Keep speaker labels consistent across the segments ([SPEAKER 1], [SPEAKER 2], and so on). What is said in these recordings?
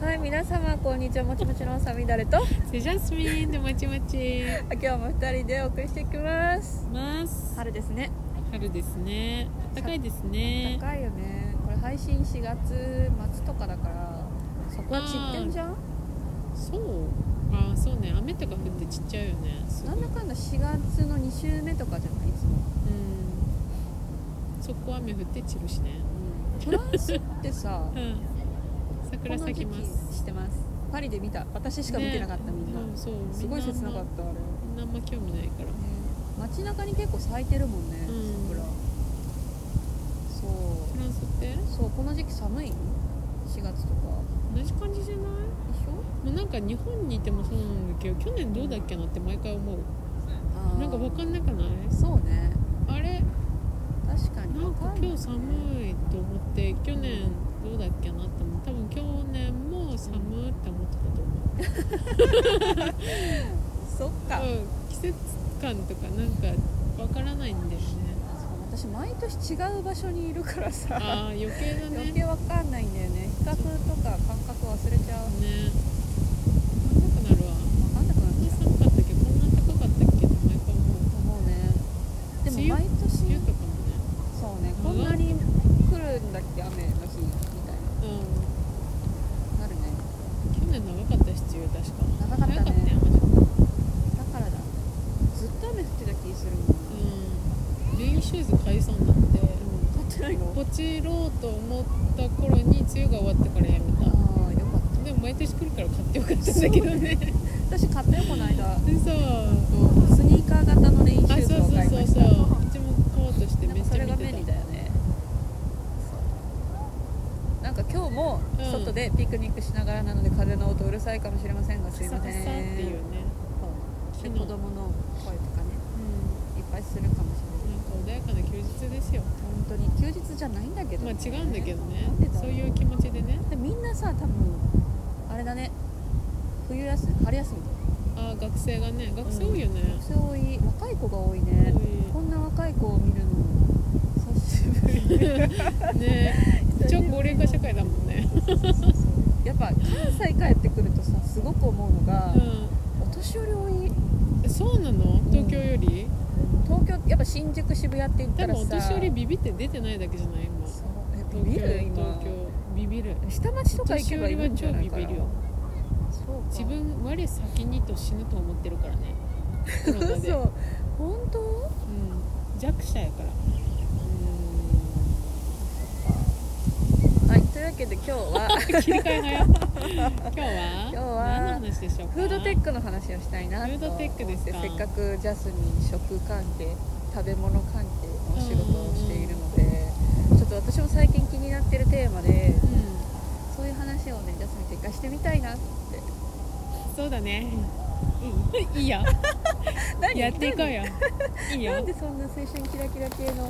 [SPEAKER 1] はい、皆様こんにちは。もちもちのさみだれと、
[SPEAKER 2] ジャスミンでもちもち
[SPEAKER 1] 今日も二人でお送りしていきます。
[SPEAKER 2] ます。
[SPEAKER 1] 春ですね。
[SPEAKER 2] 春ですね。暖かいですね。
[SPEAKER 1] 高いよね。これ配信4月末とかだから、桜散ってんじゃん。
[SPEAKER 2] そう。あ、そうね。雨とか降ってちっちゃいよね。すご
[SPEAKER 1] ないんだかんだ4月の2週目とかじゃないいつも。
[SPEAKER 2] うん。そこ雨降って散るしね。
[SPEAKER 1] フランスってさ、
[SPEAKER 2] うん。
[SPEAKER 1] こ
[SPEAKER 2] 桜
[SPEAKER 1] の
[SPEAKER 2] 咲き
[SPEAKER 1] 時期
[SPEAKER 2] ます。
[SPEAKER 1] してます。パリで見た。私しか見てなかった、
[SPEAKER 2] ね
[SPEAKER 1] みんな。
[SPEAKER 2] うん、そう。
[SPEAKER 1] すごい切なか
[SPEAKER 2] みんあ
[SPEAKER 1] っ
[SPEAKER 2] んま
[SPEAKER 1] たあれ。
[SPEAKER 2] みんなあんま興味ないから。
[SPEAKER 1] 街中に結構咲いてるもんね、
[SPEAKER 2] うん
[SPEAKER 1] 桜。そう。
[SPEAKER 2] フランスって
[SPEAKER 1] そうこの時期寒いの4月とか
[SPEAKER 2] 同じ感じじゃない？も
[SPEAKER 1] でしょ
[SPEAKER 2] うなんか日本にいてもそうなんだけど、去年どうだっけなって毎回思う。
[SPEAKER 1] あー
[SPEAKER 2] なんかわかんなくない？
[SPEAKER 1] そうね
[SPEAKER 2] あれ。
[SPEAKER 1] 確かに
[SPEAKER 2] なん
[SPEAKER 1] わ
[SPEAKER 2] か
[SPEAKER 1] ん
[SPEAKER 2] 今日寒いと思って去年どうだっけなって思って多分去年も寒いって思ってたと思う、
[SPEAKER 1] そっか、
[SPEAKER 2] うん、季節感とかなんかわからないんだよね
[SPEAKER 1] そう私毎年違う場所にいるからさ
[SPEAKER 2] ああ余計だね
[SPEAKER 1] 余
[SPEAKER 2] ね
[SPEAKER 1] 計わかんないんだよね比較とか感覚忘れちゃうわ
[SPEAKER 2] わかんなくなるわ
[SPEAKER 1] かんなく
[SPEAKER 2] こ
[SPEAKER 1] な
[SPEAKER 2] んな
[SPEAKER 1] っちゃ
[SPEAKER 2] 寒かったっけこんな高かったっけって毎回思う
[SPEAKER 1] う思うねでも
[SPEAKER 2] 梅雨
[SPEAKER 1] 毎
[SPEAKER 2] 冬
[SPEAKER 1] 年
[SPEAKER 2] とかも
[SPEAKER 1] そうね
[SPEAKER 2] うん
[SPEAKER 1] こんなに来るんだっけ雨の日みたい
[SPEAKER 2] ね
[SPEAKER 1] ななるね
[SPEAKER 2] うん去年長かったし梅雨確か
[SPEAKER 1] 長かったね
[SPEAKER 2] 早かったよマジで
[SPEAKER 1] だからだずっと雨降ってた気するもんな、
[SPEAKER 2] うんレインシューズ買いそうになって、
[SPEAKER 1] うん、立ってないの
[SPEAKER 2] ポチろうと思った頃に梅雨が終わってからやめ
[SPEAKER 1] あ
[SPEAKER 2] た
[SPEAKER 1] あよかった
[SPEAKER 2] でも毎年来るから買ってよかったんだけどね
[SPEAKER 1] 私買ったよこの間
[SPEAKER 2] でさ
[SPEAKER 1] スニーカー型の練習
[SPEAKER 2] あそう
[SPEAKER 1] 靴
[SPEAKER 2] そう
[SPEAKER 1] を買い
[SPEAKER 2] そ
[SPEAKER 1] ま
[SPEAKER 2] う
[SPEAKER 1] し
[SPEAKER 2] そ
[SPEAKER 1] た
[SPEAKER 2] ううちも買おうとして
[SPEAKER 1] なん
[SPEAKER 2] め
[SPEAKER 1] か
[SPEAKER 2] っ
[SPEAKER 1] そ
[SPEAKER 2] ち
[SPEAKER 1] れ
[SPEAKER 2] ゃ
[SPEAKER 1] が
[SPEAKER 2] 見て
[SPEAKER 1] 便利
[SPEAKER 2] た
[SPEAKER 1] だよねそうなんか今日も
[SPEAKER 2] うん
[SPEAKER 1] 外でピクニックしながらなので風の音うるさいかもしれませんがすい
[SPEAKER 2] カサ
[SPEAKER 1] ま
[SPEAKER 2] カサ
[SPEAKER 1] せ
[SPEAKER 2] っ
[SPEAKER 1] ん
[SPEAKER 2] ていうね昨
[SPEAKER 1] そうで
[SPEAKER 2] 日
[SPEAKER 1] 子供の声とかねいっぱいするかもしれない
[SPEAKER 2] うんなんか穏やかな休日ですよ
[SPEAKER 1] 本当に休日じゃないんだけど
[SPEAKER 2] まあ
[SPEAKER 1] ね、
[SPEAKER 2] 違うんだけどね
[SPEAKER 1] なんでだろ
[SPEAKER 2] そういう気持ちでね
[SPEAKER 1] でみんなさ多分あれだね冬休み春休み
[SPEAKER 2] あー学生がね学生多いよね、
[SPEAKER 1] 学生多い若い子が多いね
[SPEAKER 2] 多
[SPEAKER 1] こんな若い子を見るの久しぶり
[SPEAKER 2] い ね一応高齢化社会だもんね
[SPEAKER 1] やっぱ関西帰ってくるとさすごく思うのが、
[SPEAKER 2] う
[SPEAKER 1] お年寄り多い
[SPEAKER 2] んそうなの東京より、
[SPEAKER 1] 東京やっぱ新宿渋谷って言っ
[SPEAKER 2] 多
[SPEAKER 1] たら
[SPEAKER 2] 分
[SPEAKER 1] さ
[SPEAKER 2] お年寄りビビって出てないだけじゃない今
[SPEAKER 1] そうえ
[SPEAKER 2] 東
[SPEAKER 1] ビビ
[SPEAKER 2] 京
[SPEAKER 1] る今
[SPEAKER 2] 東京ビビる
[SPEAKER 1] 下町とか行
[SPEAKER 2] 年
[SPEAKER 1] け
[SPEAKER 2] 寄
[SPEAKER 1] ばい
[SPEAKER 2] り
[SPEAKER 1] る
[SPEAKER 2] は
[SPEAKER 1] んじ
[SPEAKER 2] 超
[SPEAKER 1] ゃない
[SPEAKER 2] ビ
[SPEAKER 1] かな
[SPEAKER 2] ビるよ
[SPEAKER 1] そうか
[SPEAKER 2] 自分我先にと死ぬと思ってるからねコロナで、うん、
[SPEAKER 1] そう本当
[SPEAKER 2] 弱者やから
[SPEAKER 1] はいというわけで今日は
[SPEAKER 2] 切り替 え早っ今日は
[SPEAKER 1] 今日は
[SPEAKER 2] 何の話でしょうか
[SPEAKER 1] フードテックの話をしたいなと
[SPEAKER 2] フードテックですか
[SPEAKER 1] 思ってせっかくジャスミン食関係食べ物関係のお仕事をしているのでちょっと私も最近気になってるテーマで
[SPEAKER 2] う
[SPEAKER 1] そういう話をねジャスミンと一回してみたいなって
[SPEAKER 2] んそうだね、うん、いいよ
[SPEAKER 1] 何
[SPEAKER 2] やっていこうよいい
[SPEAKER 1] なん
[SPEAKER 2] よ
[SPEAKER 1] でそんな青春キラキラ系の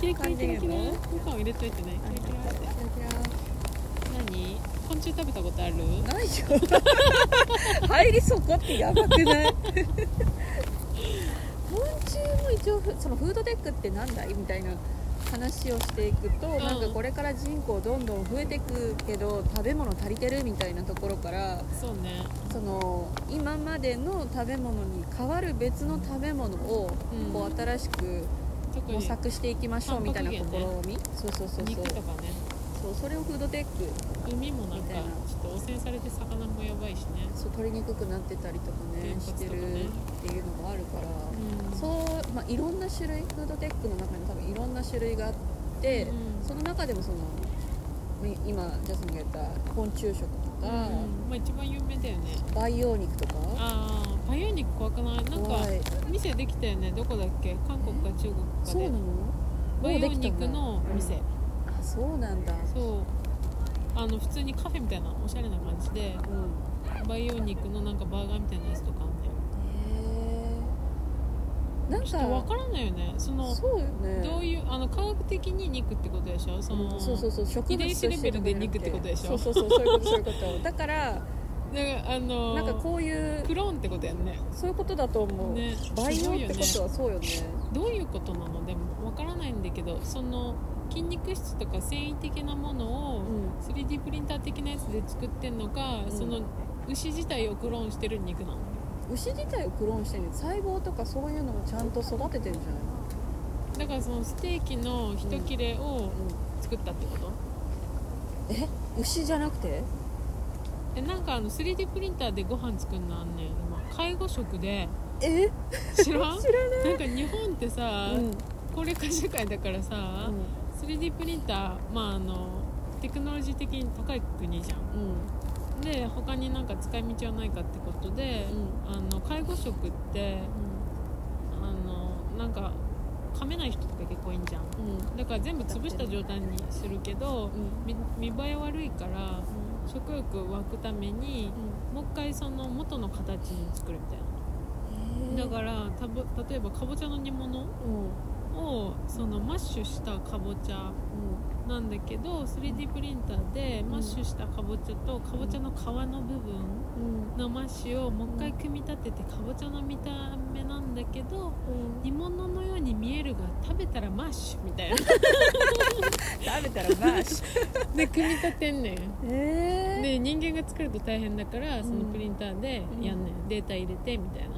[SPEAKER 2] キラキラキラキラ
[SPEAKER 1] 感じるの
[SPEAKER 2] みかんを入れといてねキラキラって何昆虫食べたことある
[SPEAKER 1] ないじゃん 入りそこってやばくない 昆虫も一応ふそのフードテックってなんだいみたいな話をしていくと、
[SPEAKER 2] ん
[SPEAKER 1] なんかこれから人口どんどん増えてくけど食べ物足りてるみたいなところから
[SPEAKER 2] そうね
[SPEAKER 1] その今までの食べ物に代わる別の食べ物を
[SPEAKER 2] うん
[SPEAKER 1] こう新しく
[SPEAKER 2] 特
[SPEAKER 1] 模
[SPEAKER 2] に
[SPEAKER 1] 索していきましょうみたいな試み、
[SPEAKER 2] タンパク
[SPEAKER 1] そうそうそうそう
[SPEAKER 2] 肉とかね
[SPEAKER 1] そうそれをフードテック
[SPEAKER 2] 海もなん
[SPEAKER 1] み
[SPEAKER 2] か
[SPEAKER 1] た
[SPEAKER 2] ち
[SPEAKER 1] い
[SPEAKER 2] ょっ
[SPEAKER 1] な
[SPEAKER 2] と汚染されて魚もやばいしね
[SPEAKER 1] そう取りにくくなってたりとかね
[SPEAKER 2] 原発
[SPEAKER 1] し
[SPEAKER 2] とか
[SPEAKER 1] て
[SPEAKER 2] ね
[SPEAKER 1] るっていうのがあるから、
[SPEAKER 2] うん
[SPEAKER 1] そう、まあ、いろんな種類フードテックの中にも多分いろんな種類があって、
[SPEAKER 2] うん
[SPEAKER 1] その中でもそのみ今ジャスミンが言った昆虫食とか、
[SPEAKER 2] うんまあ、一番有名だよね
[SPEAKER 1] 培養肉とか
[SPEAKER 2] ああ培養肉怖くないなんか
[SPEAKER 1] 怖い
[SPEAKER 2] 店できたよねどこだっけ韓国か中国か
[SPEAKER 1] そうな
[SPEAKER 2] で
[SPEAKER 1] のもう
[SPEAKER 2] 培
[SPEAKER 1] で
[SPEAKER 2] 養
[SPEAKER 1] きたんだ
[SPEAKER 2] 肉の店、
[SPEAKER 1] あそうなんだ
[SPEAKER 2] そうあの普通にカフェみたいなおしゃれな感じで
[SPEAKER 1] うんへ
[SPEAKER 2] 培養肉のなんかバーガーみたいなやつとかあんだよ
[SPEAKER 1] えなん
[SPEAKER 2] ちょっとわ
[SPEAKER 1] か
[SPEAKER 2] からないよねその
[SPEAKER 1] そうよね
[SPEAKER 2] どういうあの科学的に肉ってことでしょその、
[SPEAKER 1] そうそうそう植物として
[SPEAKER 2] 遺伝子レベルで肉ってことでしょ
[SPEAKER 1] そうそうそうそういうことそういうことだから
[SPEAKER 2] だ からあの
[SPEAKER 1] なんかこういう
[SPEAKER 2] クローンってことやんね
[SPEAKER 1] そういうことだと思う、
[SPEAKER 2] ね
[SPEAKER 1] 培養ってこ
[SPEAKER 2] す
[SPEAKER 1] と
[SPEAKER 2] ごいよ
[SPEAKER 1] はそうよね
[SPEAKER 2] どういうことなのでもわからないんだけどその筋肉質とか繊維的なものを 3D プリンター的なやつで作ってんのか、
[SPEAKER 1] うん
[SPEAKER 2] その牛自体をクローンしてる肉なの
[SPEAKER 1] 牛自体をクローンしてんねん細胞とかそういうのもちゃんと育ててんじゃ
[SPEAKER 2] だからそのステーキの一切れを
[SPEAKER 1] ない、
[SPEAKER 2] 作ったってこと、
[SPEAKER 1] え牛じゃなくて
[SPEAKER 2] えなんかあの 3D プリンターでご飯作るのあんねん今介護食 で
[SPEAKER 1] え
[SPEAKER 2] 知らん
[SPEAKER 1] 知ら
[SPEAKER 2] なんか日本ってさ、
[SPEAKER 1] うん
[SPEAKER 2] 高齢化社会だからさ、3D プリンターまああのテクノロジー的に高い国じゃん
[SPEAKER 1] うん
[SPEAKER 2] で他になんか使い道はないかってことで、あの介護食ってあのなんか噛めない人とか結構いいんじゃん
[SPEAKER 1] うん
[SPEAKER 2] だから全部潰した状態にするけど
[SPEAKER 1] うん
[SPEAKER 2] み見栄え悪いから食欲湧くためにもう一回その元の形に作るみたいな
[SPEAKER 1] うん
[SPEAKER 2] だからたぶ例えばかぼちゃの煮物
[SPEAKER 1] うんうん
[SPEAKER 2] をそのマッシュしたかぼちゃなんだけど 3D プリンターでマッシュしたかぼちゃとかぼちゃの皮の部分
[SPEAKER 1] うん
[SPEAKER 2] のマッシュをもう一回組み立ててかぼちゃの見た目なんだけど
[SPEAKER 1] うん
[SPEAKER 2] 煮物のように見えるが食べたらマッシュみたいな
[SPEAKER 1] 食べたらマッシ ュ
[SPEAKER 2] で組み立てんねん
[SPEAKER 1] え
[SPEAKER 2] で人間が作ると大変だからその
[SPEAKER 1] うん
[SPEAKER 2] プリンターでやんねん、データ入れてみたいなっ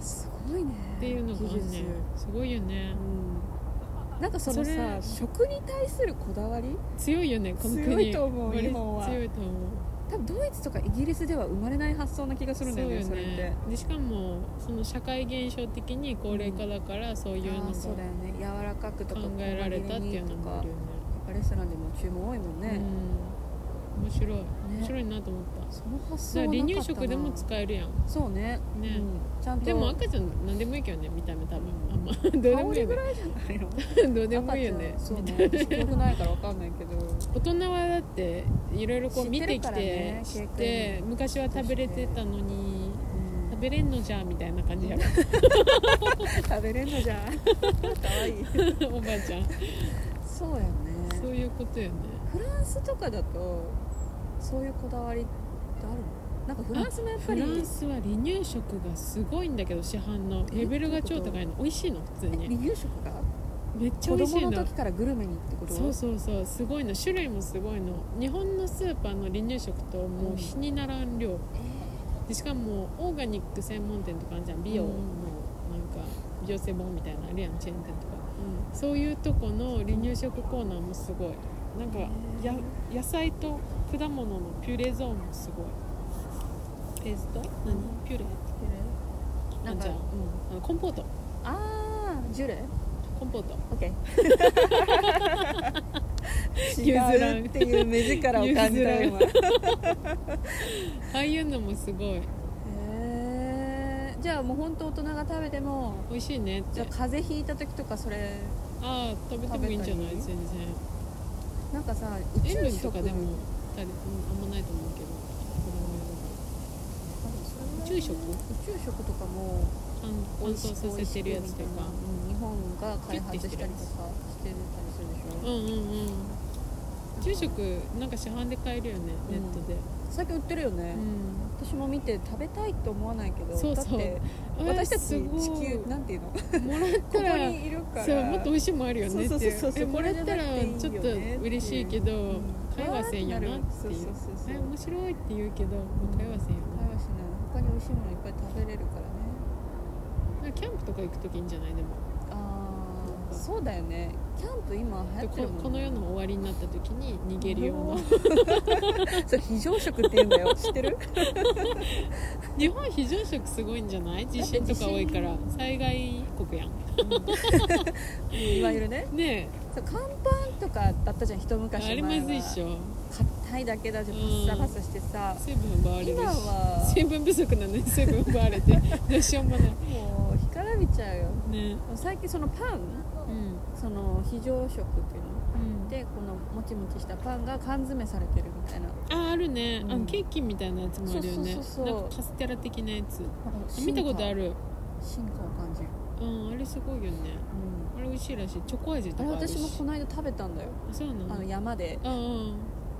[SPEAKER 1] ーすごいね
[SPEAKER 2] ていうのがあん
[SPEAKER 1] 技
[SPEAKER 2] ね
[SPEAKER 1] 術
[SPEAKER 2] んすごいよね
[SPEAKER 1] うんなんかその
[SPEAKER 2] それ
[SPEAKER 1] さ食に対するこだわり
[SPEAKER 2] 強いよねこの国
[SPEAKER 1] 強いと思う
[SPEAKER 2] 割と
[SPEAKER 1] 日本は
[SPEAKER 2] 強いと思う
[SPEAKER 1] 多分ドイツとかイギリスでは生まれない発想な気がするんだよねそ
[SPEAKER 2] そう
[SPEAKER 1] れ
[SPEAKER 2] よ
[SPEAKER 1] って
[SPEAKER 2] ねでしかもその社会現象的に高齢化だから、そういう
[SPEAKER 1] あ
[SPEAKER 2] の
[SPEAKER 1] ー
[SPEAKER 2] が
[SPEAKER 1] そうだよね柔らかくとか
[SPEAKER 2] 考えられたっていうのもあるよね
[SPEAKER 1] 小レストランでも注文多いもんね、
[SPEAKER 2] うん、面白い面
[SPEAKER 1] ね
[SPEAKER 2] 白いなと思っただか
[SPEAKER 1] その発想
[SPEAKER 2] ら
[SPEAKER 1] はなかったな
[SPEAKER 2] 離乳食でも使えるやん
[SPEAKER 1] そうね
[SPEAKER 2] ね
[SPEAKER 1] うん、ちゃんと
[SPEAKER 2] でも赤ちゃん何でもいいけどね見た目多分
[SPEAKER 1] うん
[SPEAKER 2] あんま どうで
[SPEAKER 1] 香
[SPEAKER 2] もいい
[SPEAKER 1] り
[SPEAKER 2] よ
[SPEAKER 1] ぐ
[SPEAKER 2] ね
[SPEAKER 1] らいじゃない の
[SPEAKER 2] どうでもいいよね
[SPEAKER 1] 赤ちゃんそうね私記憶ないからわかんないけど
[SPEAKER 2] 大人はだっていろいろこう見て
[SPEAKER 1] 知ってる
[SPEAKER 2] き
[SPEAKER 1] からね
[SPEAKER 2] て知って
[SPEAKER 1] 経
[SPEAKER 2] 昔は食べれてたのに食べれんのじゃみたいな感じやろ
[SPEAKER 1] 食べれんのじゃん かわいい
[SPEAKER 2] おばあちゃん
[SPEAKER 1] そうや
[SPEAKER 2] そ
[SPEAKER 1] ね
[SPEAKER 2] ういうことよね
[SPEAKER 1] フランスとかだとそういうこだわりってあるのなんかフランスもやっぱ
[SPEAKER 2] フ
[SPEAKER 1] り
[SPEAKER 2] ランスは離乳食がすごいんだけど市販の
[SPEAKER 1] え
[SPEAKER 2] レベルが超高いの美味しいの普通
[SPEAKER 1] え
[SPEAKER 2] に
[SPEAKER 1] 離乳食が
[SPEAKER 2] めっちゃ
[SPEAKER 1] 子
[SPEAKER 2] 美味しい
[SPEAKER 1] 供の
[SPEAKER 2] の
[SPEAKER 1] 時からグルメにってこと
[SPEAKER 2] そうそうそうすごいの種類もすごいの日本のスーパーの離乳食ともう比にならん量でしかもオーガニック専門店とかあるじゃん美容の
[SPEAKER 1] うん
[SPEAKER 2] なんか美容専門みたいなのあるやんチェーン店とか
[SPEAKER 1] う
[SPEAKER 2] そういうとこの離乳食コーナーもすごいなんかや野菜と果物のピュレゾーンもすごいペースト何ピュレ
[SPEAKER 1] んなん
[SPEAKER 2] あ
[SPEAKER 1] か
[SPEAKER 2] じゃああのコンポート
[SPEAKER 1] あージュレ
[SPEAKER 2] コンポート
[SPEAKER 1] オッケ ー
[SPEAKER 2] 譲らん
[SPEAKER 1] 違うっていう目力を感じた今へ
[SPEAKER 2] ああいうのもすごい
[SPEAKER 1] えじゃあもう本当大人が食べても
[SPEAKER 2] 美味しいねって
[SPEAKER 1] じゃあ風邪ひいた時とかそれ
[SPEAKER 2] ああ食べてもいいんじゃない
[SPEAKER 1] 食べ
[SPEAKER 2] 全然
[SPEAKER 1] たなんかさ宇宙
[SPEAKER 2] 塩分
[SPEAKER 1] 食
[SPEAKER 2] とかでもたりうんあんまないと思うけど子
[SPEAKER 1] 宇
[SPEAKER 2] 宇宙食
[SPEAKER 1] 宇宙食とかも
[SPEAKER 2] 供用乾乾燥させてるやつとか
[SPEAKER 1] うん日本が開発したりとかしてたりするでし
[SPEAKER 2] う
[SPEAKER 1] ょ、
[SPEAKER 2] んうんうん昼食なんか市販で買えるよね
[SPEAKER 1] うん
[SPEAKER 2] ネットで、
[SPEAKER 1] 最近売ってるよ
[SPEAKER 2] うん
[SPEAKER 1] ね、私も見て食べたいと思わないけど
[SPEAKER 2] そうそう
[SPEAKER 1] だって私たち
[SPEAKER 2] す
[SPEAKER 1] 地
[SPEAKER 2] ごい
[SPEAKER 1] 球
[SPEAKER 2] も
[SPEAKER 1] なんていうのこ
[SPEAKER 2] らった
[SPEAKER 1] こ
[SPEAKER 2] ら
[SPEAKER 1] にいるから
[SPEAKER 2] そうもっと美味しいもんあるよねって
[SPEAKER 1] そう
[SPEAKER 2] い
[SPEAKER 1] そうそうそう
[SPEAKER 2] えもらったらちょっと嬉しいけど
[SPEAKER 1] うん
[SPEAKER 2] 会話せんよなって
[SPEAKER 1] そう
[SPEAKER 2] い
[SPEAKER 1] そう
[SPEAKER 2] う
[SPEAKER 1] そうそう
[SPEAKER 2] え面白いって言うけど会話せんよ
[SPEAKER 1] 会話しない他に美味しいものいっぱい食べれるから
[SPEAKER 2] な
[SPEAKER 1] ね
[SPEAKER 2] キャンプとか行くときいいんじゃないでも
[SPEAKER 1] ああそうだよねキャンプ今流行って
[SPEAKER 2] こ
[SPEAKER 1] るもん、ね、
[SPEAKER 2] この世の終わりになったときに逃げるような
[SPEAKER 1] それ非常食って言うんだよ知ってる
[SPEAKER 2] 日本非常食すごいんじゃない地震とか多いから災害国やん
[SPEAKER 1] いわゆるね
[SPEAKER 2] ね
[SPEAKER 1] そう乾パンとかだったじゃん一
[SPEAKER 2] え
[SPEAKER 1] 昔
[SPEAKER 2] あ
[SPEAKER 1] 前
[SPEAKER 2] れ
[SPEAKER 1] は
[SPEAKER 2] まずいっしょ
[SPEAKER 1] 硬いだけだしパサパサしてさ
[SPEAKER 2] 水分奪われるし
[SPEAKER 1] 今は
[SPEAKER 2] 水分不足なのに水分奪われてどうしようもない
[SPEAKER 1] もう干からびちゃうよ
[SPEAKER 2] ね
[SPEAKER 1] 最近そのパン
[SPEAKER 2] うん
[SPEAKER 1] その非常食っていうの
[SPEAKER 2] うん
[SPEAKER 1] でこのもちもちしたパンが缶詰されてるみたいな
[SPEAKER 2] ああるね、あの
[SPEAKER 1] うん
[SPEAKER 2] ケーキみたいなやつもあるよね
[SPEAKER 1] そうそうそうそう
[SPEAKER 2] なんかカステラ的なやつ
[SPEAKER 1] なんか進
[SPEAKER 2] 見
[SPEAKER 1] 化
[SPEAKER 2] たことある
[SPEAKER 1] 進化を感じる、
[SPEAKER 2] うんあれすごいよね
[SPEAKER 1] うん、
[SPEAKER 2] あれ美味しいらしいチョコ味と
[SPEAKER 1] あれ
[SPEAKER 2] かあるし
[SPEAKER 1] 私もこの間食べたんだよ
[SPEAKER 2] そうなの
[SPEAKER 1] あの山で
[SPEAKER 2] うんうん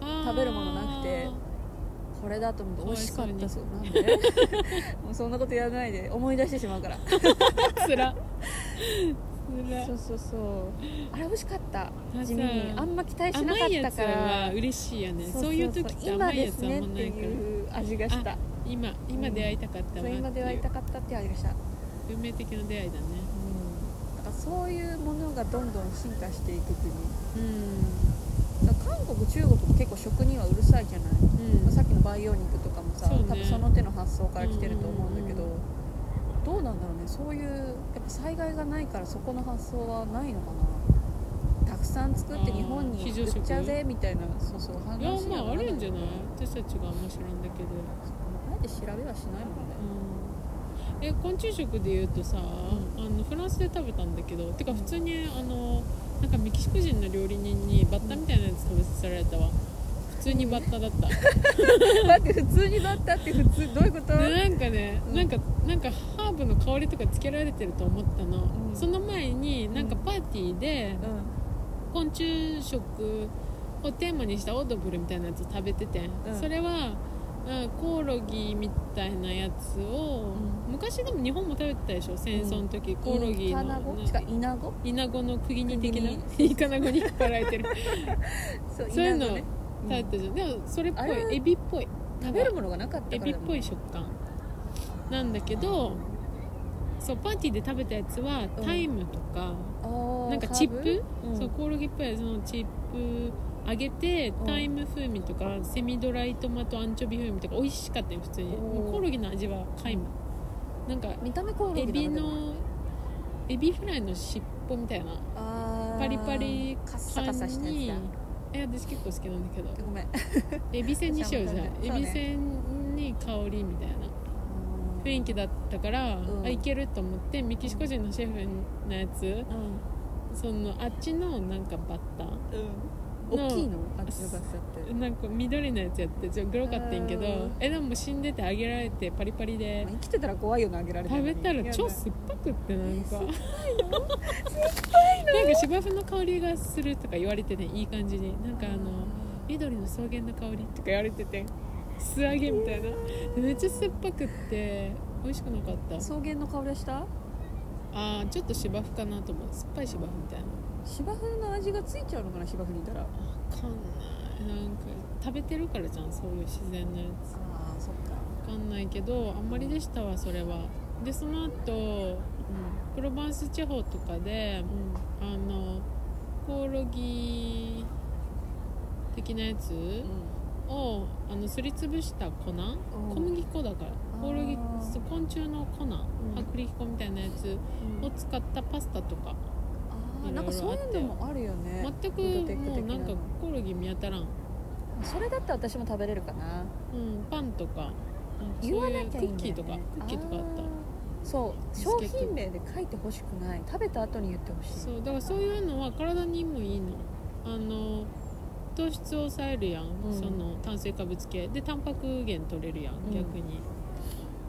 [SPEAKER 2] あー
[SPEAKER 1] 食べるものなくてこれだと思って美味しかったそうなんで もうそんなことやらないで思い出してしまうから
[SPEAKER 2] つら辛い
[SPEAKER 1] そうそうそうあれ美味しかった
[SPEAKER 2] あ
[SPEAKER 1] 地味に
[SPEAKER 2] そう
[SPEAKER 1] あんま期待しな
[SPEAKER 2] 甘
[SPEAKER 1] か
[SPEAKER 2] い
[SPEAKER 1] っ
[SPEAKER 2] や
[SPEAKER 1] た
[SPEAKER 2] つ
[SPEAKER 1] から
[SPEAKER 2] は嬉しいよねそう
[SPEAKER 1] そそ
[SPEAKER 2] いう時って
[SPEAKER 1] 今
[SPEAKER 2] 甘い
[SPEAKER 1] で
[SPEAKER 2] や
[SPEAKER 1] す
[SPEAKER 2] つあん
[SPEAKER 1] ねっ
[SPEAKER 2] ま
[SPEAKER 1] て
[SPEAKER 2] ないから
[SPEAKER 1] いう味がした
[SPEAKER 2] 今今出会いたかったわ
[SPEAKER 1] そう
[SPEAKER 2] って
[SPEAKER 1] 今出会
[SPEAKER 2] い
[SPEAKER 1] いうたかったって味がした
[SPEAKER 2] 運命的な出会いだね
[SPEAKER 1] だからそういうものがどんどん進化していく国
[SPEAKER 2] うん
[SPEAKER 1] だから韓国中国も結構食にはうるさいじゃない、
[SPEAKER 2] うん
[SPEAKER 1] さっきの培養肉とかもさ、
[SPEAKER 2] そうね
[SPEAKER 1] 多分その手の発想から来てると思うんだけど、
[SPEAKER 2] うんうんう
[SPEAKER 1] どうなんだろうねそういうやっぱ災害がないからそこの発想はないのかなたくさん作って
[SPEAKER 2] あー
[SPEAKER 1] 日本に
[SPEAKER 2] 非常食
[SPEAKER 1] 売っちゃうぜみたいなそうそう話
[SPEAKER 2] いや
[SPEAKER 1] に
[SPEAKER 2] ま
[SPEAKER 1] は
[SPEAKER 2] ああ
[SPEAKER 1] なら
[SPEAKER 2] るんじゃ
[SPEAKER 1] い
[SPEAKER 2] ない私たちがあんま知らんだけど
[SPEAKER 1] あえて調べはしないもんね
[SPEAKER 2] うんえ昆虫食でいうとさ、あのフランスで食べたんだけどてか普通にあのなんかメキシコ人の料理人にバッタみたいなやつ食べさせられたわ普通にバッタだった
[SPEAKER 1] 待って普通になったって普通どういうこと、
[SPEAKER 2] でなんかね、
[SPEAKER 1] うん
[SPEAKER 2] なんかなんかハーブの香りとかつけられてると思ったの、
[SPEAKER 1] うん
[SPEAKER 2] その前になんかパーティーで
[SPEAKER 1] うん
[SPEAKER 2] 昆虫食をテーマにしたオードブルみたいなやつ食べてて、
[SPEAKER 1] うん
[SPEAKER 2] それは、うん、コオロギみたいなやつを、
[SPEAKER 1] う
[SPEAKER 2] 昔でも日本も食べてたでしょ戦争の時、コオロギ
[SPEAKER 1] イ
[SPEAKER 2] の
[SPEAKER 1] カナゴ
[SPEAKER 2] な
[SPEAKER 1] 違うイナゴ
[SPEAKER 2] イナゴの釘に的な
[SPEAKER 1] 釘
[SPEAKER 2] イカナゴに引っ張られてる
[SPEAKER 1] そう
[SPEAKER 2] そういう
[SPEAKER 1] イナ
[SPEAKER 2] の食
[SPEAKER 1] ゴねうん
[SPEAKER 2] べてたじゃん、でもそれっぽ
[SPEAKER 1] あれはい
[SPEAKER 2] エビっぽいなんか
[SPEAKER 1] 食べるものがなかった
[SPEAKER 2] エ
[SPEAKER 1] から
[SPEAKER 2] ビっぽい食感なんだけどそうパーティーで食べたやつは
[SPEAKER 1] うん
[SPEAKER 2] タイムとか、
[SPEAKER 1] な
[SPEAKER 2] なんかチップ、
[SPEAKER 1] うん
[SPEAKER 2] そうコオロギっぽいやつのチップ揚げて
[SPEAKER 1] うん
[SPEAKER 2] タイム風味とかセミドライトマトアンチョビ風味とか美味しかったよ普通に
[SPEAKER 1] おー
[SPEAKER 2] もうコオロギの味は皆無なんか
[SPEAKER 1] 見た目コオロギ
[SPEAKER 2] エ
[SPEAKER 1] なで
[SPEAKER 2] ビ
[SPEAKER 1] も
[SPEAKER 2] のエビフライの尻尾みたいな
[SPEAKER 1] あー
[SPEAKER 2] パリパリ
[SPEAKER 1] カッサ
[SPEAKER 2] 感
[SPEAKER 1] カサした
[SPEAKER 2] に
[SPEAKER 1] や
[SPEAKER 2] え私結構好きなんだけど
[SPEAKER 1] つだごめん
[SPEAKER 2] エビせんにしようじゃん
[SPEAKER 1] そうね
[SPEAKER 2] エビせんに香りみたいな雰囲気だったから、
[SPEAKER 1] うん
[SPEAKER 2] あいけると思ってメキシコ人のシェフのやつ
[SPEAKER 1] うん、うん、
[SPEAKER 2] そのあっちのなんかバッタ
[SPEAKER 1] 大きいのあっちのガスだって、
[SPEAKER 2] ーなんか緑のやつやってちょっとグロかってんけど
[SPEAKER 1] うん
[SPEAKER 2] えでも死んでて揚げられてパリパリで
[SPEAKER 1] まあ、生きてたら怖いよなあげられて
[SPEAKER 2] 食べたら超
[SPEAKER 1] す
[SPEAKER 2] 酸っぱくってなん かなんか芝生の香りがするとか言われてねいい感じになんかあの緑の草原の香りとか言われてて素揚げみたいなめっちゃ酸っぱくって美味しくなかった
[SPEAKER 1] 草原の香りがした
[SPEAKER 2] あーちょっと芝生かなと思う酸っぱい芝生みたいな
[SPEAKER 1] 芝生の味がついちゃうのかな芝生にいたら
[SPEAKER 2] わかんないなんか食べてるからじゃんそういう自然のやつわ
[SPEAKER 1] ああそっか
[SPEAKER 2] かんないけどあんまりでしたわそれはでその後
[SPEAKER 1] う
[SPEAKER 2] プロバンス地方とかで
[SPEAKER 1] んうん
[SPEAKER 2] あのコオロギ的なやつをあのすりつぶした粉
[SPEAKER 1] うん
[SPEAKER 2] 小麦粉だから
[SPEAKER 1] ー
[SPEAKER 2] コオロギそう昆虫の粉薄力粉みたいなやつ
[SPEAKER 1] う
[SPEAKER 2] を
[SPEAKER 1] ん
[SPEAKER 2] 使ったパスタとか
[SPEAKER 1] あーなんかそういうのもあるよね
[SPEAKER 2] 全く
[SPEAKER 1] ポテト
[SPEAKER 2] もう
[SPEAKER 1] 的
[SPEAKER 2] なんかコオロギ見当たらん
[SPEAKER 1] それだったら私も食べれるかな
[SPEAKER 2] うん、パンとかそう
[SPEAKER 1] 言わ
[SPEAKER 2] い
[SPEAKER 1] な
[SPEAKER 2] う
[SPEAKER 1] き
[SPEAKER 2] ク
[SPEAKER 1] ゃいい
[SPEAKER 2] ッ
[SPEAKER 1] んだ
[SPEAKER 2] キー
[SPEAKER 1] よ、ね、
[SPEAKER 2] とかクッキーとかあった
[SPEAKER 1] あーそう商品名で書いてほしくない食べた後に言ってほしい
[SPEAKER 2] そうだからそういうのは体にもいいのあの糖質を抑えるやん、
[SPEAKER 1] うん
[SPEAKER 2] その炭水化物系でタンパク源取れるやん、
[SPEAKER 1] うん
[SPEAKER 2] 逆に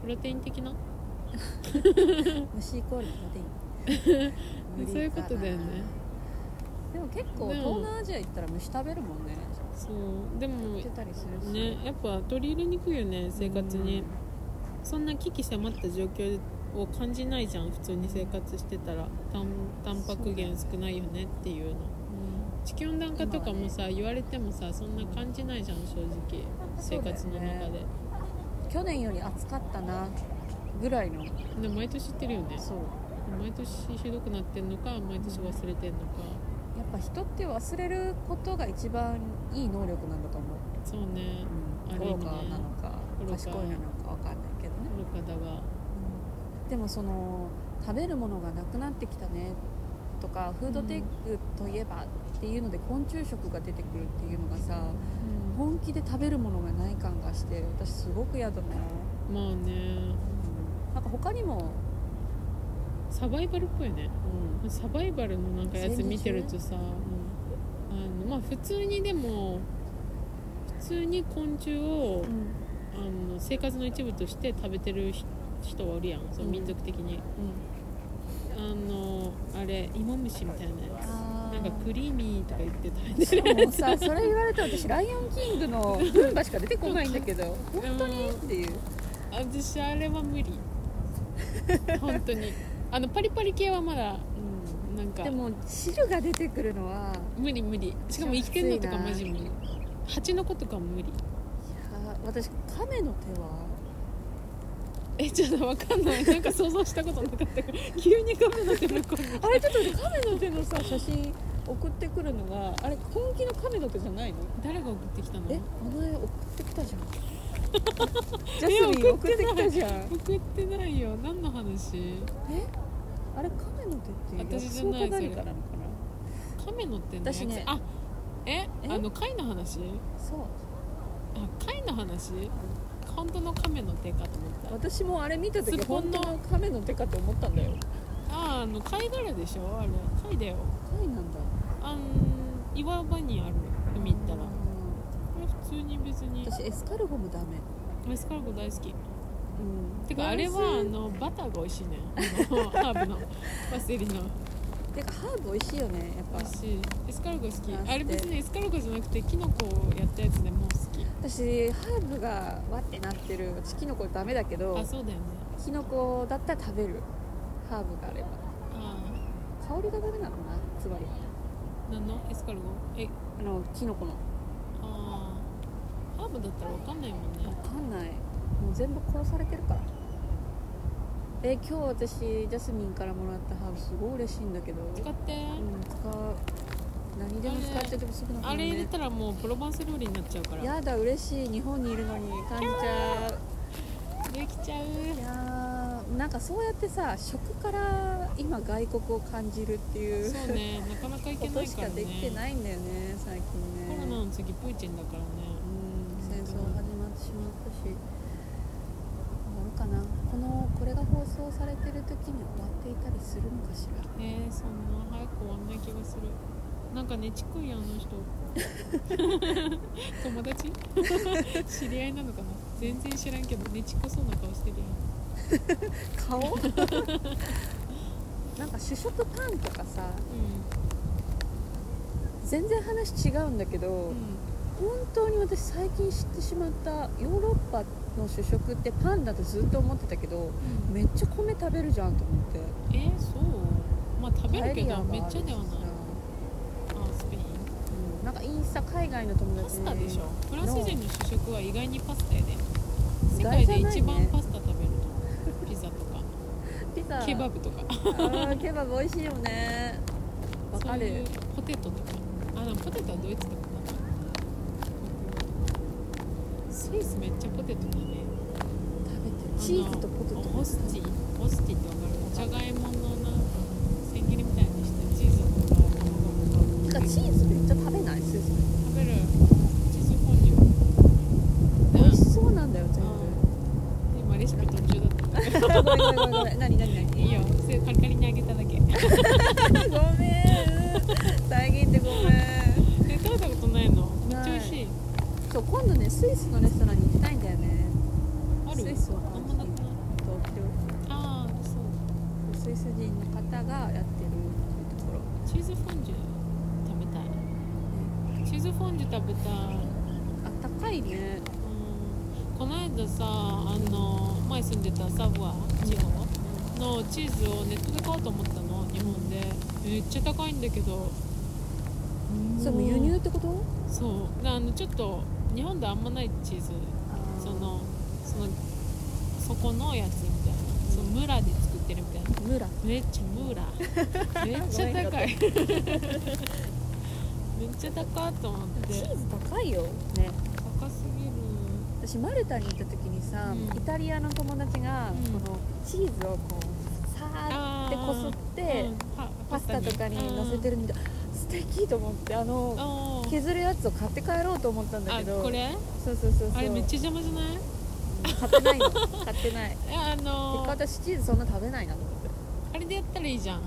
[SPEAKER 2] プロテイン的な
[SPEAKER 1] 虫イコールプロテイン無 理かな
[SPEAKER 2] そういうことだよね
[SPEAKER 1] でも結構
[SPEAKER 2] で
[SPEAKER 1] 東
[SPEAKER 2] も
[SPEAKER 1] 南アジア行ったら虫食べるもんね
[SPEAKER 2] そうでも
[SPEAKER 1] 売ってたりするし
[SPEAKER 2] ねやっぱ取り入れにくいよね生活に、
[SPEAKER 1] うん
[SPEAKER 2] そんな危機迫った状況を感じないじゃん普通に生活してたらタンタンパク源少ないよねっていうの
[SPEAKER 1] うん
[SPEAKER 2] 地球温暖化とかもさ、言われてもさそんな感じないじゃん正直生活の中
[SPEAKER 1] そうだよ
[SPEAKER 2] で、
[SPEAKER 1] ね去年より暑かったなぐらいの
[SPEAKER 2] でも毎年言ってるよね
[SPEAKER 1] そう
[SPEAKER 2] 毎年ひどくなってんのか毎年忘れてんのか
[SPEAKER 1] やっぱ人って忘れることが一番いい能力なんだと思う、
[SPEAKER 2] そうね
[SPEAKER 1] う
[SPEAKER 2] あ
[SPEAKER 1] ん、
[SPEAKER 2] る意味
[SPEAKER 1] 愚かなのか
[SPEAKER 2] 愚か
[SPEAKER 1] 賢いなのかわかんないけどね
[SPEAKER 2] 愚かだが
[SPEAKER 1] でもその食べるものがなくなってきたねとかフードテックといえばっていうので昆虫食が出てくるっていうのがさ本気で食べるものがない感がして私すごく嫌だな、
[SPEAKER 2] まあね
[SPEAKER 1] なんか他にも、
[SPEAKER 2] サバイバルっぽいね
[SPEAKER 1] うん
[SPEAKER 2] サバイバルのなんかやつ見てるとさあのまあ普通にでも普通に昆虫を
[SPEAKER 1] うん
[SPEAKER 2] あの生活の一部として食べてる人人はおるやんその民族的にあのあれ芋虫みたいなやつ
[SPEAKER 1] あ
[SPEAKER 2] なん
[SPEAKER 1] ー
[SPEAKER 2] かクリーミーとか言って食べて
[SPEAKER 1] しかもさそれ言われたら私「ライオンキング」のルンバしか出てこないんだけど本当にっていう
[SPEAKER 2] 私 あれは無理本当にあのパリパリ系はまだなんか
[SPEAKER 1] でも汁が出てくるのは
[SPEAKER 2] 無理無理しかも生きてんのとかマジ無理蜂の子とかも無理
[SPEAKER 1] いやー私亀の手は
[SPEAKER 2] えちょっとわかん ないなんか想像したことなかったから 急に亀の手向こうに
[SPEAKER 1] あれちょっと待って亀の手のさ写真送ってくるのがあれ本気の亀の手じゃないの
[SPEAKER 2] 誰が送ってきたの
[SPEAKER 1] えお前送ってきたじゃんジャ
[SPEAKER 2] え
[SPEAKER 1] スミン送
[SPEAKER 2] 送っ
[SPEAKER 1] っ
[SPEAKER 2] てて
[SPEAKER 1] き
[SPEAKER 2] き
[SPEAKER 1] た
[SPEAKER 2] た
[SPEAKER 1] じ
[SPEAKER 2] じ
[SPEAKER 1] ゃん
[SPEAKER 2] 送ってないよ何の話
[SPEAKER 1] あれ亀の手って
[SPEAKER 2] 私じゃない
[SPEAKER 1] 薬草か何
[SPEAKER 2] それ
[SPEAKER 1] かなのかな
[SPEAKER 2] 亀乗ってんのやつ
[SPEAKER 1] 私ね
[SPEAKER 2] あえ
[SPEAKER 1] え
[SPEAKER 2] あの貝の話
[SPEAKER 1] そう
[SPEAKER 2] あ貝の話本当の亀の手かと思った
[SPEAKER 1] 私もあれ見た時
[SPEAKER 2] スポ
[SPEAKER 1] 本
[SPEAKER 2] ンの
[SPEAKER 1] 当の亀の手かと思ったんだよ
[SPEAKER 2] ああの貝殻でしょあれ貝だよ
[SPEAKER 1] 貝なんだ
[SPEAKER 2] あん岩場にある海行ったらこれ普通に別に
[SPEAKER 1] 私エスカルゴもダメ
[SPEAKER 2] エスカルゴ大好き
[SPEAKER 1] うん
[SPEAKER 2] てかあれはあのバターが美味しいねあのハーブのパセリの
[SPEAKER 1] てかハーブ美味しいよねやっ
[SPEAKER 2] 美
[SPEAKER 1] ぱ
[SPEAKER 2] 味しいエスカルゴ好き
[SPEAKER 1] なんて
[SPEAKER 2] あれ別にエスカルゴじゃなくてキノコをやったやつでもう好き
[SPEAKER 1] 私ハーブがわってなってる私キノコダメだけど
[SPEAKER 2] あそうだよね
[SPEAKER 1] キノコだったら食べるハーブがあれば
[SPEAKER 2] あ
[SPEAKER 1] 香りがダメなのかなつまり
[SPEAKER 2] あ何のエスカルゴえ
[SPEAKER 1] あのキノコの
[SPEAKER 2] ああハーブだったらわかんないもん
[SPEAKER 1] わ
[SPEAKER 2] ね
[SPEAKER 1] かんないもう全部殺されてるからえ今日私ジャスミンからもらったハーブすごい嬉しいんだけど
[SPEAKER 2] 使って
[SPEAKER 1] うん使う何でも使っちゃってもすぐなくな
[SPEAKER 2] あ
[SPEAKER 1] る
[SPEAKER 2] れ入れ
[SPEAKER 1] ね
[SPEAKER 2] たらもうプロバンス料理になっちゃうから
[SPEAKER 1] やだ嬉しい日本にいるのに感じちゃう
[SPEAKER 2] できちゃう
[SPEAKER 1] いやーなんかそうやってさ食から今外国を感じるっていう
[SPEAKER 2] そうねなかなか行
[SPEAKER 1] こ
[SPEAKER 2] けな
[SPEAKER 1] と
[SPEAKER 2] い
[SPEAKER 1] し
[SPEAKER 2] か
[SPEAKER 1] か
[SPEAKER 2] ね
[SPEAKER 1] らできてないんだよね最
[SPEAKER 2] コロ
[SPEAKER 1] 近
[SPEAKER 2] ナ
[SPEAKER 1] ね
[SPEAKER 2] の次プーチンだからね
[SPEAKER 1] うん戦争始まってしまったし終わるかなこのこれが放送されてる時に終わっていたりするのかしら
[SPEAKER 2] えー、そんな早く終わんない気がするなんかねちっこいやんあの 人友達 知り合いなのかな全然知らんけどねちっこそうな顔してるや
[SPEAKER 1] 顔 なんか主食パンとかさ全然話違うんだけど、
[SPEAKER 2] ん、うんうん、
[SPEAKER 1] 本当に私最近知ってしまったヨーロッパの主食ってパンだとずっと思ってたけどめっちゃ米食べるじゃんと思って
[SPEAKER 2] えー、そうまあ食べるけどめっちゃではない
[SPEAKER 1] パエリアがあるし
[SPEAKER 2] あ
[SPEAKER 1] さ
[SPEAKER 2] スペイン
[SPEAKER 1] うんなんかインスタ海外の友
[SPEAKER 2] パ
[SPEAKER 1] 達
[SPEAKER 2] ス
[SPEAKER 1] に
[SPEAKER 2] タでしょフランス人の主食は意外にパスタやで世
[SPEAKER 1] 外
[SPEAKER 2] 界
[SPEAKER 1] じゃな
[SPEAKER 2] で
[SPEAKER 1] い
[SPEAKER 2] 一
[SPEAKER 1] ね
[SPEAKER 2] 番パスタ食べるとピザと か
[SPEAKER 1] ピザ
[SPEAKER 2] ケバブとか
[SPEAKER 1] あーケバブ美味しいよねわか
[SPEAKER 2] そうい
[SPEAKER 1] る
[SPEAKER 2] うポテトとかあでもポテトはドイツとかなんかスイスめっちゃポテトだね
[SPEAKER 1] 食べてるチーズとポテ
[SPEAKER 2] あの
[SPEAKER 1] ト
[SPEAKER 2] ホスティホスティってわかるじゃがいものなんか千切りみたいにしてチーズとか
[SPEAKER 1] てかチーズめっちゃ食べないスイス
[SPEAKER 2] 食べるチーズフォンデ
[SPEAKER 1] 美
[SPEAKER 2] ュ
[SPEAKER 1] 味しそうなんだよ全
[SPEAKER 2] うん今レシピ途中だったんだけど
[SPEAKER 1] 部ごめんごめんごめん何何何
[SPEAKER 2] いいよそれカリカリにあげた だけ
[SPEAKER 1] ごめん遮ってごめん
[SPEAKER 2] え食べたことないのめっちゃ美味しい
[SPEAKER 1] そう今度ねスイスのレストランに行きたいんだよね
[SPEAKER 2] ある
[SPEAKER 1] スイスは
[SPEAKER 2] あんまなくない
[SPEAKER 1] 東京
[SPEAKER 2] ああそう
[SPEAKER 1] スイス人の方がやってるっていうところ
[SPEAKER 2] チーズフォンデュ食べたいチーズフォンデュ食べたい
[SPEAKER 1] あったかいね
[SPEAKER 2] うんこの間さあの前住んでたサブア地方のチーズをネットで買おうと思ったの日本でめっちゃ高いんだけど
[SPEAKER 1] それも輸入ってこと
[SPEAKER 2] そうであのちょっと日本であんまないチーズそ
[SPEAKER 1] あ
[SPEAKER 2] のそのそこのやつみたいなその村で作ってるみたいな
[SPEAKER 1] ームラ
[SPEAKER 2] めっちゃムーラ めっちゃ高い めっちゃ高いと思って
[SPEAKER 1] チーズ高いよね
[SPEAKER 2] 高すぎる
[SPEAKER 1] 私マルタに行った時にさ、
[SPEAKER 2] うん
[SPEAKER 1] イタリアの友達が、
[SPEAKER 2] うん
[SPEAKER 1] このチーズをこうさーっ
[SPEAKER 2] あ
[SPEAKER 1] てこすって、
[SPEAKER 2] うんパ
[SPEAKER 1] パスタとかに乗せて
[SPEAKER 2] る
[SPEAKER 1] るみたい素敵と思ってあの
[SPEAKER 2] あー
[SPEAKER 1] 削るやつを買って帰ろうと思ったんだ
[SPEAKER 2] あ
[SPEAKER 1] けど
[SPEAKER 2] これ
[SPEAKER 1] そうそうそうそう
[SPEAKER 2] あれめっちゃ邪魔じゃない
[SPEAKER 1] 買っ てないの買ってない
[SPEAKER 2] えあ
[SPEAKER 1] 結
[SPEAKER 2] の
[SPEAKER 1] 果私チーズそんな食べないなと思って
[SPEAKER 2] あれでやったらいいじゃんあ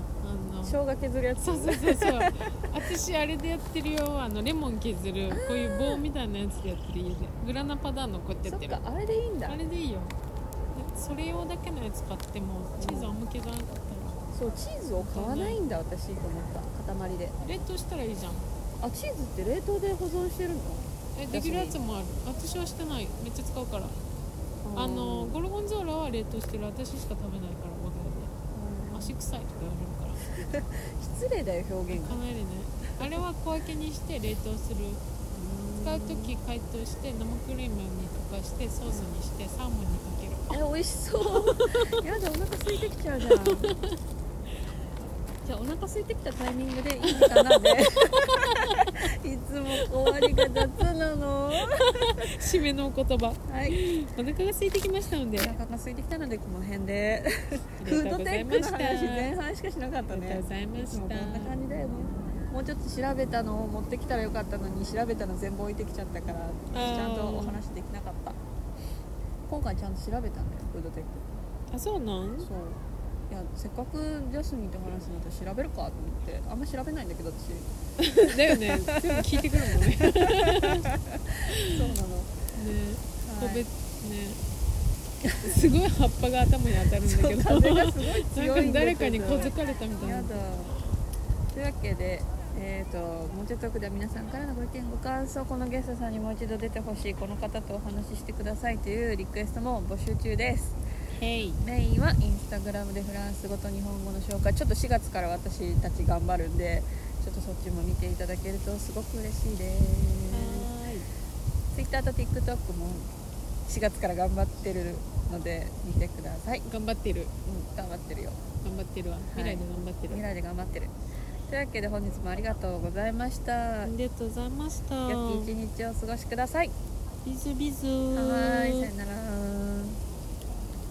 [SPEAKER 2] の
[SPEAKER 1] 生姜削るやつ
[SPEAKER 2] そうそうそうそう私あれでやってるよあのレモン削るこういう棒みたいなやつでやってる家でグラナパダーノこうやってや
[SPEAKER 1] そ
[SPEAKER 2] っ
[SPEAKER 1] って
[SPEAKER 2] る
[SPEAKER 1] かあれでいいんだ
[SPEAKER 2] あれでいいよそれ用だけのやつ買ってもチーズあんま削らなかったら
[SPEAKER 1] そうチーズを買わないんだ私と思った塊で
[SPEAKER 2] 冷凍したらいいじゃん
[SPEAKER 1] あチーズって冷凍で保存してるの
[SPEAKER 2] えできるやつもある私はしてないめっちゃ使うからあの
[SPEAKER 1] うん
[SPEAKER 2] ゴルゴンゾーラは冷凍してる私しか食べないから僕だって足臭いとか言われるから
[SPEAKER 1] 失礼だよ表現が
[SPEAKER 2] かなりねあれは小分けにして冷凍する使う時解凍して生クリームに溶かしてソースにしてサーモンにかける
[SPEAKER 1] え美味しそう やだお腹空いてきちゃう じゃんじゃあお腹空いてきたタイミングでいいか なでいつも終わりが雑なの
[SPEAKER 2] 締めのお言葉
[SPEAKER 1] はい
[SPEAKER 2] お腹が空いてきましたので
[SPEAKER 1] お腹が空いてきたのでこの辺 で
[SPEAKER 2] あり
[SPEAKER 1] フ
[SPEAKER 2] が
[SPEAKER 1] ー
[SPEAKER 2] とう
[SPEAKER 1] ド
[SPEAKER 2] ご
[SPEAKER 1] テ
[SPEAKER 2] ざい
[SPEAKER 1] ッ
[SPEAKER 2] ま
[SPEAKER 1] クの
[SPEAKER 2] した
[SPEAKER 1] 話前半しかしなかった
[SPEAKER 2] ありがとう
[SPEAKER 1] ね
[SPEAKER 2] ございま
[SPEAKER 1] いつ
[SPEAKER 2] し
[SPEAKER 1] もこ
[SPEAKER 2] た
[SPEAKER 1] んな感じだよねもうちょっと調べたのを持ってきたらよかったのに調べたの全部置いてきちゃったから
[SPEAKER 2] ー
[SPEAKER 1] ちゃんとお話できなかった今回ちゃんと調べたんだよフードテック
[SPEAKER 2] あそうなん
[SPEAKER 1] そういやせっかくジャスミンと話すんだったら調べるかと思ってあんま調べないんだけど 私
[SPEAKER 2] だよね全部聞いてくるもんねね
[SPEAKER 1] そうなの、
[SPEAKER 2] 個別
[SPEAKER 1] はい
[SPEAKER 2] ねすごい葉っぱが頭に当たるんだけ
[SPEAKER 1] そう
[SPEAKER 2] ど
[SPEAKER 1] 風がすごい強い
[SPEAKER 2] なんん
[SPEAKER 1] だ
[SPEAKER 2] か
[SPEAKER 1] けど
[SPEAKER 2] 誰かに小づかれたみたいな
[SPEAKER 1] やだというわけでえー、ともうちょっとでは皆さんからのご意見ご感想このゲストさんにもう一度出てほしいこの方とお話ししてくださいというリクエストも募集中です
[SPEAKER 2] へい
[SPEAKER 1] メインはインスタグラムでフランス語と日本語の紹介ちょっと4月から私たち頑張るんでちょっとそっちも見ていただけるとすごく嬉しいです
[SPEAKER 2] はい
[SPEAKER 1] Twitter と TikTok も4月から頑張ってるので見てください、
[SPEAKER 2] 頑張ってる
[SPEAKER 1] うん、頑張ってるよ
[SPEAKER 2] 頑張ってるわ未来で頑張ってる、
[SPEAKER 1] 未来で頑張ってるというわけで本日もありがとうございました
[SPEAKER 2] あ
[SPEAKER 1] 良
[SPEAKER 2] りがとうございました
[SPEAKER 1] き一日をお過ごしください
[SPEAKER 2] ビズビズ
[SPEAKER 1] はーいさよなら